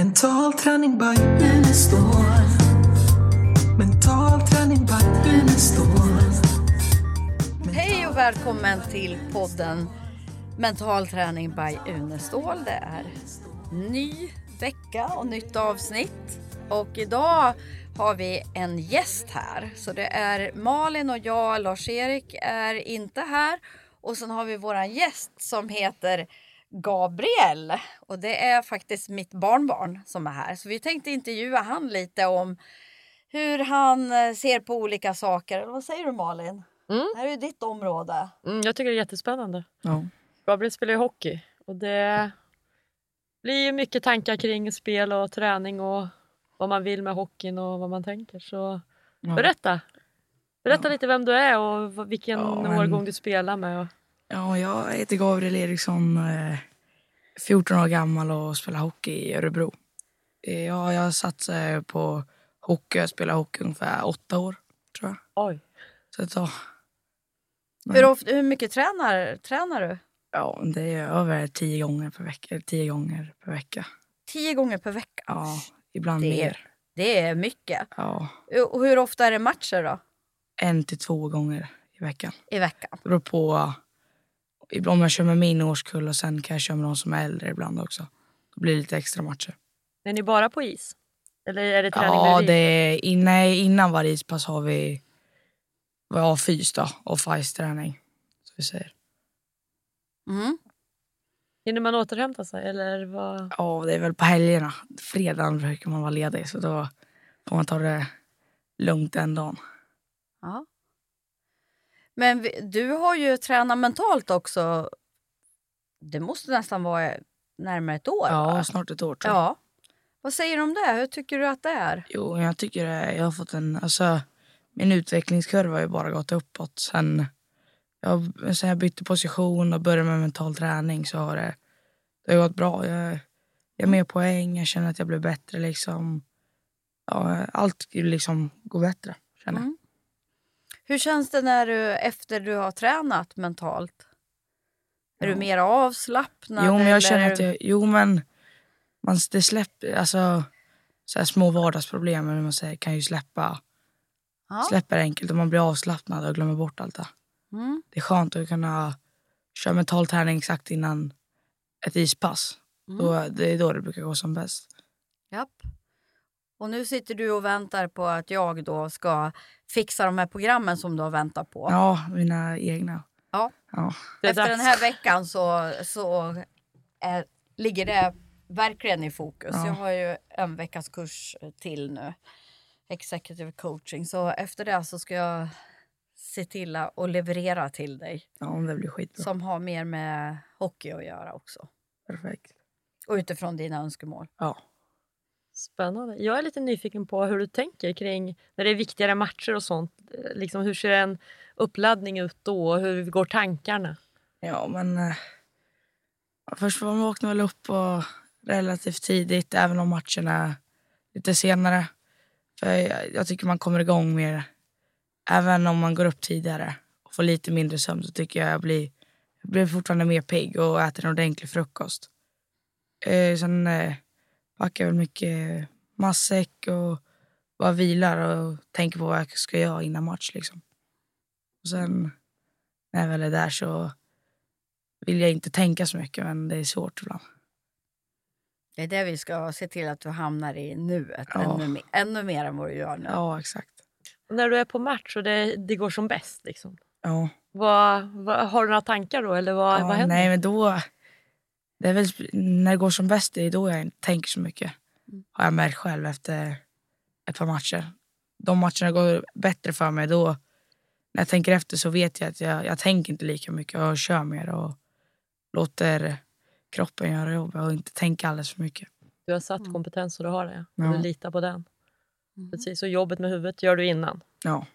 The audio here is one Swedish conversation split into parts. Mental träning by Unestål. Mental träning by Unestål. Hej och välkommen till podden Mental träning by Unestål. Det är ny vecka och nytt avsnitt. Och idag har vi en gäst här. Så det är Malin och jag, Lars-Erik är inte här. Och sen har vi våran gäst som heter Gabriel. Och det är faktiskt mitt barnbarn som är här. Så vi tänkte intervjua han lite om hur han eh, ser på olika saker. Eller Vad säger du Malin? Mm. Det här är ju ditt område. Mm, jag tycker det är jättespännande. Ja. Gabriel spelar ju hockey och det blir ju mycket tankar kring spel och träning och vad man vill med hockeyn och vad man tänker. Så berätta! Berätta lite vem du är och vad- vilken Ja, men- årgång du spelar med. Och... Ja, jag heter Gabriel Eriksson, eh, 14 år gammal och spelar hockey i Örebro. Eh, Ja, jag satt eh, på hockey, jag spelade hockey ungefär åtta år tror jag. Oj! Så att, ja, Hur, ofta, hur mycket tränar, tränar du? ja, det är över tio gånger per vecka. Tio gånger per vecka. Tio gånger per vecka? Ja, ibland Det- mer. Det är mycket. Ja, Och hur ofta är det matcher då? en till två gånger i veckan. I veckan? Det beror på ibland om jag kör med min årskull och sen kan jag köra med de som är äldre ibland också. Då blir det lite extra matcher. Är ni bara på is? Eller är det träning Ja, bredvid? det är, innan, innan varje ispass har vi vad jag har fys då, och fys-träning. Så vi säger. Mm. Hinner man återhämta sig? Eller vad... Ja, det är väl på helgerna. Fredagen brukar man vara ledig så då får man ta det lugnt den dagen. Ja. Men vi- du har ju tränat mentalt också. Det måste nästan vara närmare ett år? Ja, va? snart ett år tror jag. ja. Vad säger du om det? Hur tycker du att det är? Jo, jag tycker det, jag har fått en, alltså min utvecklingskurva har ju bara gått uppåt sen jag, sen jag bytte position och började med mental träning så har det, det har gått bra. Jag, jag har mer poäng, jag känner att jag blir bättre liksom. Ja, allt liksom går bättre känner jag. Mm. Hur känns det när du, efter du har tränat mentalt? Är du Ja. mer avslappnad? Jo, men eller jag känner är att du- jag, jo, men man, det släpper, alltså så här små vardagsproblem eller vad man säger, kan ju släppa, Ja. släpper enkelt och man blir avslappnad och glömmer bort allt det. Mm. Det är skönt att kunna köra mental träning exakt innan ett ispass. Mm. Då, det är då det brukar gå som bäst. Japp. Och nu sitter du och väntar på att jag då ska fixa de här programmen som du har väntat på. Ja, mina egna. Ja. ja. Det är Efter den dags. här veckan så, så är, ligger det verkligen i fokus. Ja. Jag har ju en veckas kurs till nu. Executive coaching. Så efter det så ska jag se till att- och leverera till dig. ja det blir skitbra. Som har mer med hockey att göra också. Perfekt. Och utifrån dina önskemål. Ja. Spännande. Jag är lite nyfiken på hur du tänker kring när det är viktigare matcher och sånt. Eh, Liksom, hur ser en uppladdning ut då? och Hur går tankarna? Ja, men... Eh, först var man vaknar väl upp och relativt tidigt, även om matchen är lite senare. För jag, jag tycker man kommer igång mer. Även om man går upp tidigare och får lite mindre sömn så tycker jag jag blir, jag blir fortfarande mer pigg och äter en ordentlig frukost. Eh, sen eh, packar jag väl mycket matsäck och bara vilar och tänker på vad jag ska göra innan match. Liksom. Och sen när jag väl är där så vill jag inte tänka så mycket men det är svårt ibland. Det är det vi ska se till att du hamnar i nuet. Ja. Ännu, me- ännu mer än vad du gör nu. Ja, exakt. Och när du är på match och det, det går som bäst, liksom. Ja. vad, vad, har du några tankar då? Eller vad, ja, vad händer? Nej, men då... Det är väl, sp- när det går som bäst, det är då jag inte tänker så mycket. Har jag märkt själv efter ett par matcher. De matcherna går bättre för mig då. När jag tänker efter så vet jag att jag, jag tänker inte lika mycket. Jag kör mer och låter kroppen göra jobbet och inte tänka alldeles för mycket. Du har satt kompetens och du har det. Och Ja. Du litar på den. Precis, och jobbet med huvudet gör du innan. Ja,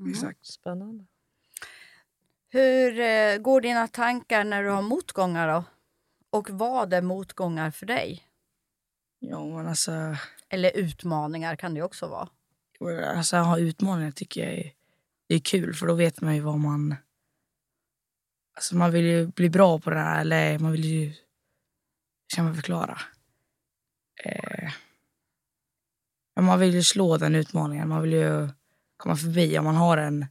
Mm. exakt. Spännande. Hur eh, går dina tankar när du har motgångar då? Och vad är motgångar för dig? Ja, men alltså... Eller utmaningar kan det ju också vara. Och, Alltså att ha utmaningar tycker jag är, det är kul för då vet man ju vad man... Alltså man vill ju bli bra på det här eller man vill ju... Hur ska man förklara? Eh, men man vill ju slå den utmaningen. Man vill ju komma förbi. Om man har en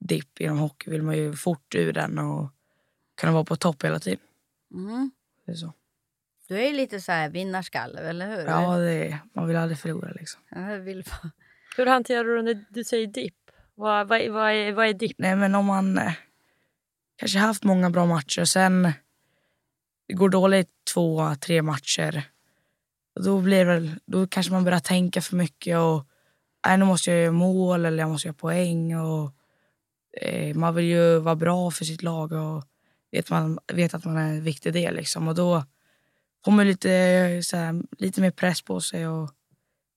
dipp inom hockey vill man ju fort ur den och kunna vara på topp hela tiden. Mm. Det är så. Du är ju lite så här vinnarskalle, eller hur? Ja, det är, man vill aldrig förlora. Liksom. Jag vill bara... Hur hanterar du det när du säger dipp? Vad, vad, vad, är, vad är dipp? Nej, men om man eh, kanske haft många bra matcher och sen det går dåligt två, tre matcher. Då, blir det väl, då kanske man börjar tänka för mycket och nej, nu måste jag göra mål eller jag måste göra poäng. Och, eh, man vill ju vara bra för sitt lag och vet, man, vet att man är en viktig del. Liksom. Och då får man lite, eh, så här, lite mer press på sig och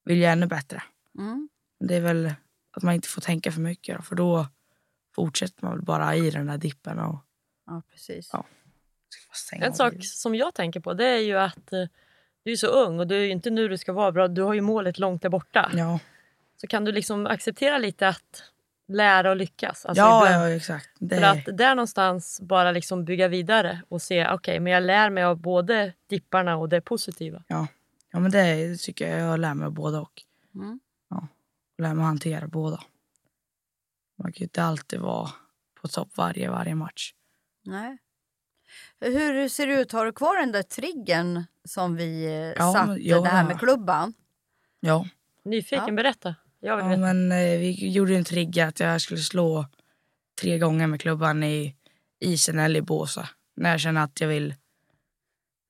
vill göra ännu bättre. Mm. Det är väl att man inte får tänka för mycket då, för då fortsätter man väl bara i den där dippen. Och, Ja, precis. Ja. ska bara stänga En av sak det. som jag tänker på det är ju att eh, du är så ung och du är ju inte nu du ska vara bra. Du har ju målet långt där borta. Ja, Så kan du liksom acceptera lite att lära och lyckas. Alltså ja, ibland. ja exakt. Det, För att där någonstans bara liksom bygga vidare och se okej men jag lär mig av både dipparna och det positiva. ja, men det tycker jag. Jag lär mig båda och. Mm. Ja, jag lär mig hantera båda. Man kan ju inte alltid vara på topp varje, varje match. Nej. Hur ser det ut? Har du kvar den där triggern som vi eh, men satte, jag det här har- med klubban? Ja, Nyfiken, Ja. berätta. Jag vill ja veta. men eh, vi gjorde ju en trigger att jag skulle slå tre gånger med klubban i isen eller i båsa. När jag känner att jag vill,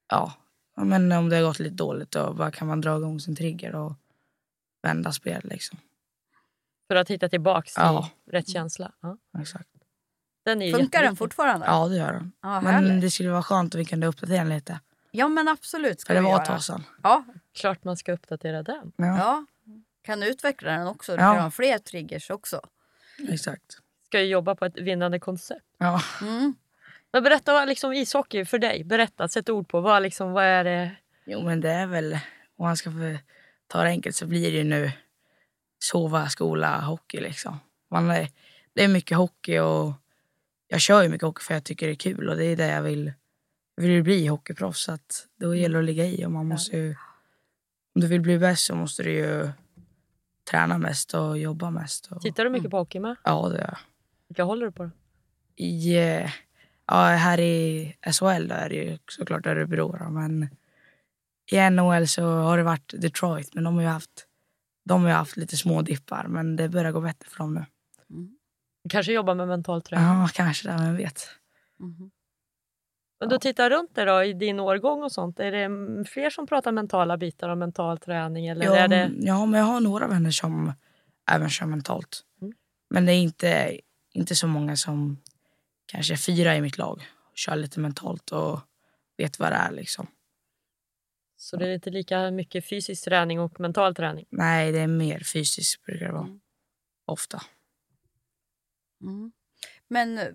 ja, ja, men om det har gått lite dåligt då bara kan man dra igång sin trigger och vända spel liksom. För att hitta tillbaks till Ja. rätt känsla. Ja. Exakt. Den är ju Funkar den jätteviktig. fortfarande? Ja, det gör den. Ja, Men men, det skulle vara skönt om vi kunde uppdatera den lite. ja men absolut. Ska För det vi var göra. ett tag sedan. Ja, Klart man ska uppdatera den. Ja, ja. Kan du utveckla den också? Du Ja. kan ha fler triggers också. exakt. Ska ju jobba på ett vinnande koncept. Ja. Mm. Men berätta vad liksom ishockey för dig. Berätta, sätt ord på. Vad, liksom, vad är det? Jo, men det är väl... Om man ska få ta det enkelt så blir det ju nu sova, skola, hockey. liksom. Man är, det är mycket hockey och jag kör ju mycket hockey för jag tycker det är kul och det är det jag vill. Jag vill ju bli hockeyproffs så att då gäller det att ligga i och man måste ju... Om du vill bli bäst så måste du ju träna mest och jobba mest. Och, Tittar du mycket på hockey med? ja, det gör jag. Vilka håller du på? då? i, eh, ja, här i SHL då är det ju såklart Örebro. Då, men I NHL så har det varit Detroit, men de har ju haft, de har ju haft lite små dippar. Men det börjar gå bättre för dem nu. Mm. Kanske jobbar med mental träning. Ja, kanske det. Vem vet? Mhm. Om du tittar runt dig då, i din årgång och sånt. Är det mm, fler som pratar mentala bitar och mental träning? Eller Ja, är det... men- ja, men jag har några vänner som även kör mentalt. Mm. Men det är inte, inte så många som kanske fyra i mitt lag kör lite mentalt och vet vad det är. Liksom. Så det är inte lika mycket fysisk träning och mental träning. Nej, det är mer fysiskt brukar det vara. Mm. Ofta. Mm. Men eh,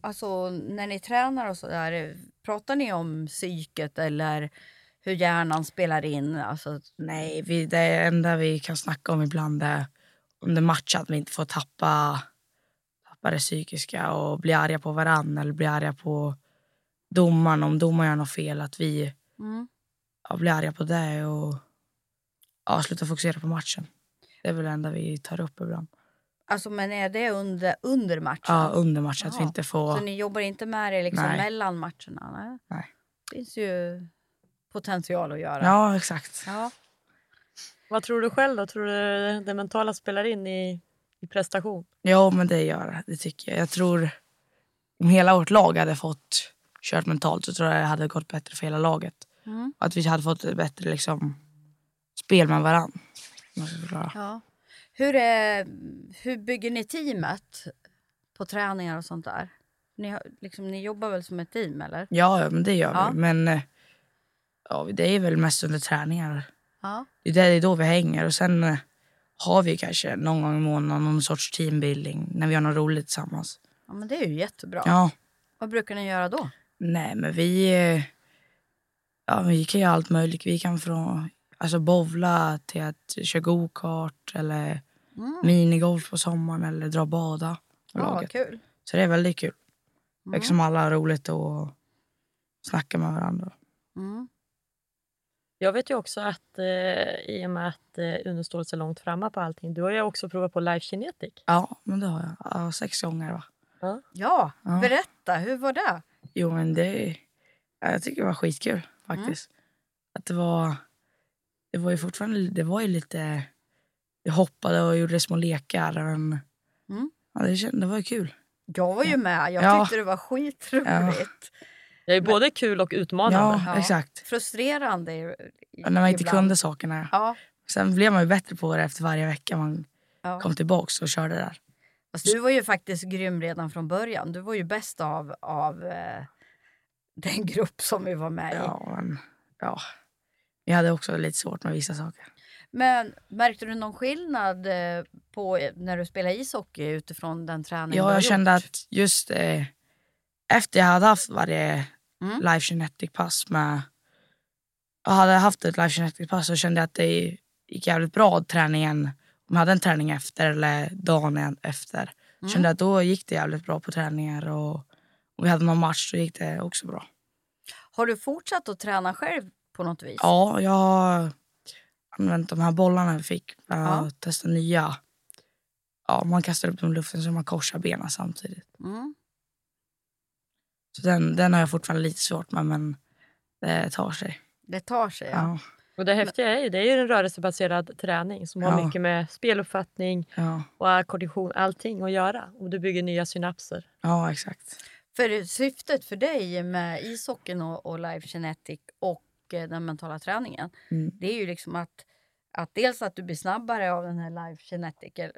alltså, när ni tränar och så där, eh, pratar ni om psyket eller hur hjärnan spelar in? Alltså, Nej, vi, det enda vi kan snacka om ibland är om det matchar att vi inte får tappa, tappa det psykiska och bli arga på varandra eller bli arga på domaren om domaren gör något fel. Att vi mm. ja, blir arga på det och ja, sluta fokusera på matchen. Det är väl det enda vi tar upp ibland. alltså men är det under, under matchen? Ja, under matchen, att vi Ja. inte Så får... ni jobbar inte med det liksom Nej. mellan matcherna? Nej. Nej. Det finns ju potential att göra. Ja, exakt. Ja. Vad tror du själv då? Tror du det mentala spelar in i, i prestation? Ja, men det gör det. Det tycker jag. Jag tror om hela vårt lag hade fått kört mentalt så tror jag det hade gått bättre för hela laget. Mm. Att vi hade fått ett bättre liksom, spel med varandra. Ja. Hur, är, hur bygger ni teamet på träningar och sånt där? Ni, har- liksom, ni jobbar väl som ett team eller? Ja, ja, men det gör Ja. vi. Men eh, ja, det är väl mest under träningar. Ja. Det är där- det är då vi hänger. Och sen eh, har vi kanske någon gång i månaden någon sorts teambuilding när vi gör något roligt tillsammans. ja men det är ju jättebra. Ja, Vad brukar ni göra då? nej men vi, eh, ja, vi kan göra allt möjligt. Vi kan från alltså, bowla till att köra go-kart eller Mm. minigolf på sommaren eller dra och bada. med Ja, laget. vad kul. Så det är väldigt kul. Liksom Mm. Eftersom alla har roligt och snackar med varandra. Mm. Jag vet ju också att eh, i och med att eh, Uno står så långt framme på allting, du har ju också provat på Life Kinetic. Ja, men det har jag. Ja, sex gånger va? Ja, Ja. berätta, hur var det? Jo, men det... ja, Jag tycker det var skitkul faktiskt. Mm. Att det var... Det var ju fortfarande... Det var ju lite... Jag hoppade och gjorde små lekar, men... Mm. Ja, det, känd, det var ju kul. Jag var ju med, jag Ja. tyckte det var skitroligt. Det är ju både kul och utmanande. Ja, Ja. exakt. Frustrerande i- Ja, när man inte ibland. kunde sakerna. Ja, Sen blev man ju bättre på det efter varje vecka man ja. kom tillbaks och körde där. Fast du var ju faktiskt grym redan från början. Du var ju bäst av, av eh, den grupp som vi var med i. Ja, men... Ja. Jag hade också lite svårt med vissa saker. Men märkte du någon skillnad eh, på eh, när du spelade ishockey utifrån den träning du Ja, har jag gjort? kände att just eh, efter jag hade haft varje Mm. live genetic pass med... Jag hade haft ett live genetic pass så kände jag att det gick jävligt bra träningen. Om jag hade en träning efter eller dagen efter. Mm. Kände att då gick det jävligt bra på träningar och om vi hade någon match så gick det också bra. Har du fortsatt att träna själv på något vis? Ja, jag har använt de här bollarna vi fick. Jag har Ja. testat nya. Ja, man kastar upp dem i luften så man korsar benen samtidigt. Mm. Så den, den har jag fortfarande lite svårt med, men det tar sig. Det tar sig, ja. Ja. Och det häftiga är ju, det är ju en rörelsebaserad träning som har Ja. mycket med speluppfattning Ja, och kondition, allting att göra. Och du bygger nya synapser. ja exakt. För syftet för dig med ishockeyn och, och Live Genetic och eh, den mentala träningen, Mm. det är ju liksom att, att dels att du blir snabbare av den här Live Genetic. eller-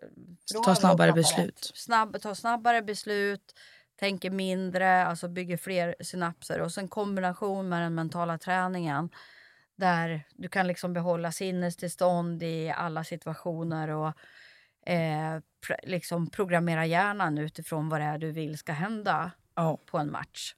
från Ta snabbare vårt apparat. beslut. Snabb, ta snabbare beslut, tänker mindre, alltså bygger fler synapser. Och sen kombination med den mentala träningen där du kan liksom behålla sinnestillstånd i alla situationer och eh, pr- liksom programmera hjärnan utifrån vad det är du vill ska hända Ja. på en match.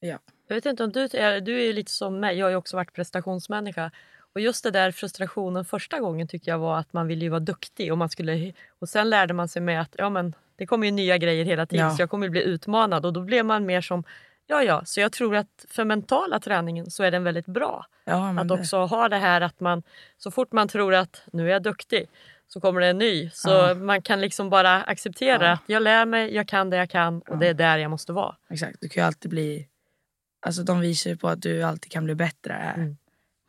Jag vet inte om du är, du är ju lite som mig, jag har ju också varit prestationsmänniska. Och just det där frustrationen första gången tycker jag var att man ville ju vara duktig och man skulle och sen lärde man sig med att ja men det kommer ju nya grejer hela tiden Ja. så jag kommer ju bli utmanad och då blev man mer som ja ja, så jag tror att för mentala träningen så är den väldigt bra. Ja, men Att det- också ha det här att man så fort man tror att nu är jag duktig så kommer det en ny. Så Ja. man kan liksom bara acceptera Ja. att jag lär mig, jag kan det jag kan och Ja. det är där jag måste vara. Exakt, du kan ju alltid bli... Alltså de visar ju på att du alltid kan bli bättre. Mm.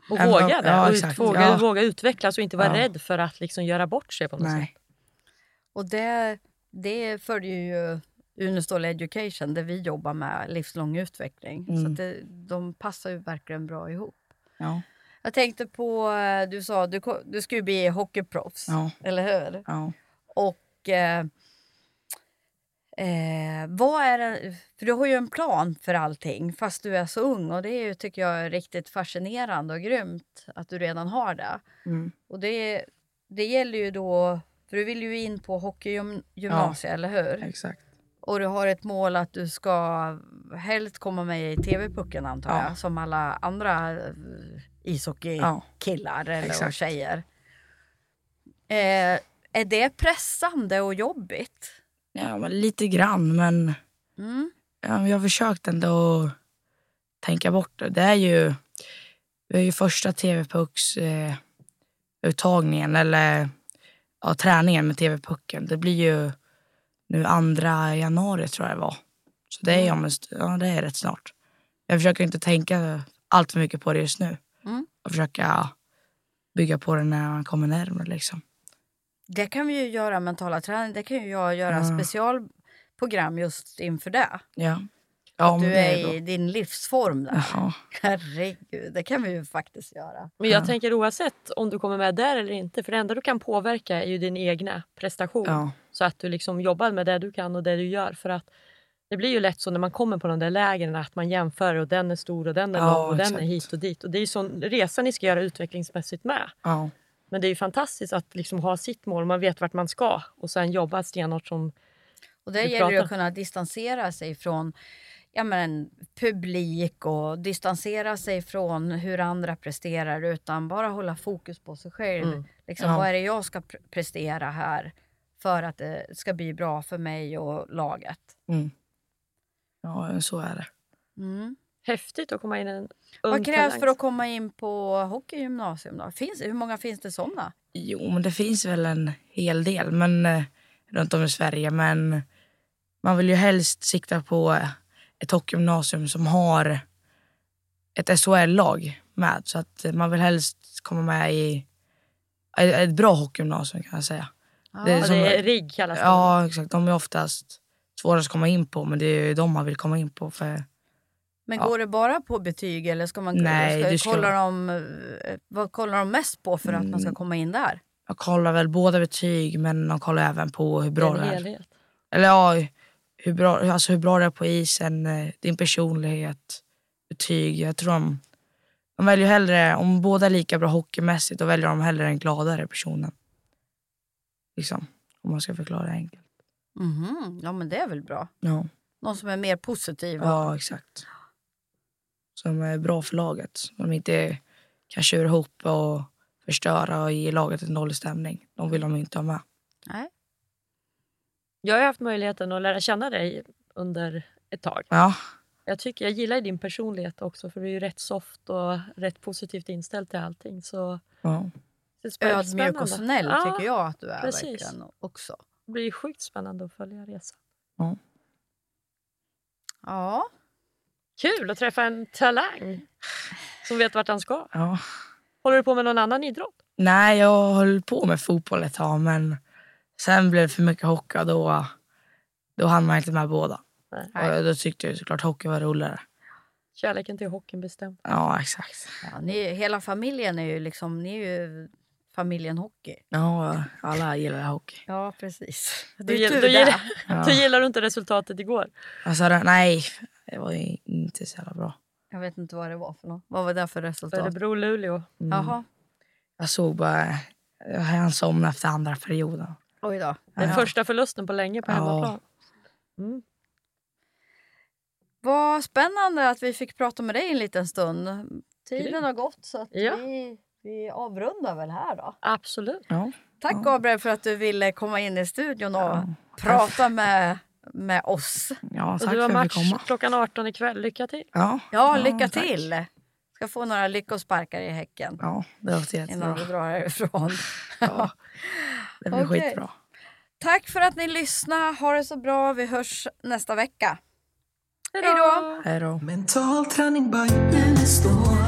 Och Ja, men- våga det. ja, och ut, exakt. våga, Ja. våga utvecklas och inte vara Ja. rädd för att liksom göra bort sig på något sätt. Nej. Och det, det följer ju Unestål Education där vi jobbar med livslång utveckling. Så Mm. att det, de passar ju verkligen bra ihop. Ja, Jag tänkte på, eh, du sa du, ko- du skulle bli hockeyproffs, ja, eller hur? ja. Och eh, eh, vad är det, för du har ju en plan för allting fast du är så ung och det är ju, tycker jag är riktigt fascinerande och grymt att du redan har det. Mm. Och det, det gäller ju då, för du vill ju in på hockeygymnasiet, eller hur? Exakt. Och du har ett mål att du ska helst komma med i TV-pucken antar Ja. jag, som alla andra eh, ishockeykillar Ja. eller och Exakt. tjejer. Eh, är det pressande och jobbigt? ja, men lite grann, men Mm. ja, men jag har försökt ändå att tänka bort det. Det är ju, vi har ju första TV-pucks-uttagningen, eh, uttagningen, eller ja, träningen med TV-pucken. Det blir ju nu andra januari tror jag det var. Så det är, Mm. ju om en st- ja, det är rätt snart. Jag försöker inte tänka allt för mycket på det just nu. Mm. Och försöka bygga på det när man kommer närmare liksom. Det kan vi ju göra mentala träning, det kan ju jag göra Ja. specialprogram just inför det. Ja. Ja, Mm. men Du det är är i bra. din livsform där. Jaha. Herregud, det kan vi ju faktiskt göra. Men jag Ja. tänker oavsett om du kommer med där eller inte, för det enda du kan påverka är ju din egna prestation. Ja. Så att du liksom jobbar med det du kan och det du gör. För att det blir ju lätt så när man kommer på de där lägren att man jämför och den är stor och den är Ja, lång och den är exakt. hit och dit. Och det är ju sån resa ni ska göra utvecklingsmässigt med. Ja. Men det är ju fantastiskt att liksom ha sitt mål, man vet vart man ska och sen jobba stenhårt som Och där Vi gäller det pratar. att kunna distansera sig från ja, men, publik och distansera sig från hur andra presterar utan bara hålla fokus på sig själv. Mm. Liksom, Ja. Vad är det jag ska pre- prestera här för att det ska bli bra för mig och laget? Mm. Ja, så är det. häftigt att komma in i en ung Vad krävs talang. för att komma in på hockeygymnasium då? Finns, hur många finns det sådana? Jo, men det finns väl en hel del men, eh, runt om i Sverige. Men man vill ju helst sikta på ett hockeygymnasium som har ett SHL-lag med. Så att eh, man vill helst komma med i ett ett bra hockeygymnasium kan jag säga. Ja, som- det är rigg kallas det. Ja, exakt. De är oftast svårast att komma in på men det är ju de man vill komma in på. För Men Ja. går det bara på betyg eller ska man Nej, ska, du ska- kolla de, eh, vad kollar de mest på för att man Mm. ska komma in där? jag kollar väl båda betyg men de kollar även på hur Det bra är du en är. helhet. Eller ja, hur bra, alltså hur bra du är på isen, eh, din personlighet, betyg. Jag tror de, de väljer hellre, om båda är lika bra hockeymässigt, då väljer de hellre den gladare personen. Liksom, om man ska förklara det enkelt. Mhm, Ja men det är väl bra. Ja, Någon som är mer positiv. ja exakt. Som är bra för laget, som inte kan tjura ihop och förstöra och ge laget en dålig stämning. De vill de inte ha med. Nej. Jag har ju haft möjligheten att lära känna dig under ett tag. Ja, Jag tycker jag gillar din personlighet också för du är ju rätt soft och rätt positivt inställd till allting. Så ja. det är spä- Ödmjuk och spännande. snäll ja, tycker jag att du är precis. verkligen också. Det blir sjukt spännande att följa resan. Ja, Kul att träffa en talang som vet vart han ska. ja. Håller du på med någon annan idrott? Nej, jag höll på med fotboll ett tag men sen blev det för mycket hockey och då, då hann man inte med båda. Nej. Nej. Och då tyckte jag såklart hockey var roligare. Kärleken till hockeyn bestämt. Ja, exakt. ja ni, hela familjen är ju liksom, ni är ju familjen hockey. Ja, alla gillar hockey. Ja precis. Du, Det är gill- tur du, det. gill- Ja. du gillar du inte resultatet igår? Alltså, det- nej, det var ju inte så jävla bra. Jag vet inte vad det var för något. Vad var det för resultat? Örebro-Luleå. Mm. Jaha, Jag såg bara, han somnade efter andra perioden. oj då. Den Ja. första förlusten på länge på Ja. hemmaplan. Mm. Vad spännande att vi fick prata med dig en liten stund. Tiden har gått så att Ja. vi, vi avrundar väl här då. Absolut. Ja. Tack Ja. Gabriel för att du ville komma in i studion och Ja. prata med, med oss. Ja, Och tack du har för att jag fick match komma. klockan 18 ikväll. Lycka till! Ja, Ja, lycka tack. till! Ska få några lyckosparkar i häcken Ja, det låter jättebra. innan du drar härifrån. Ja. Det blir Okej. skitbra. Tack för att ni lyssnade. Ha det så bra. Vi hörs nästa vecka. Hej då! Hej då. Mental träning by Unestål.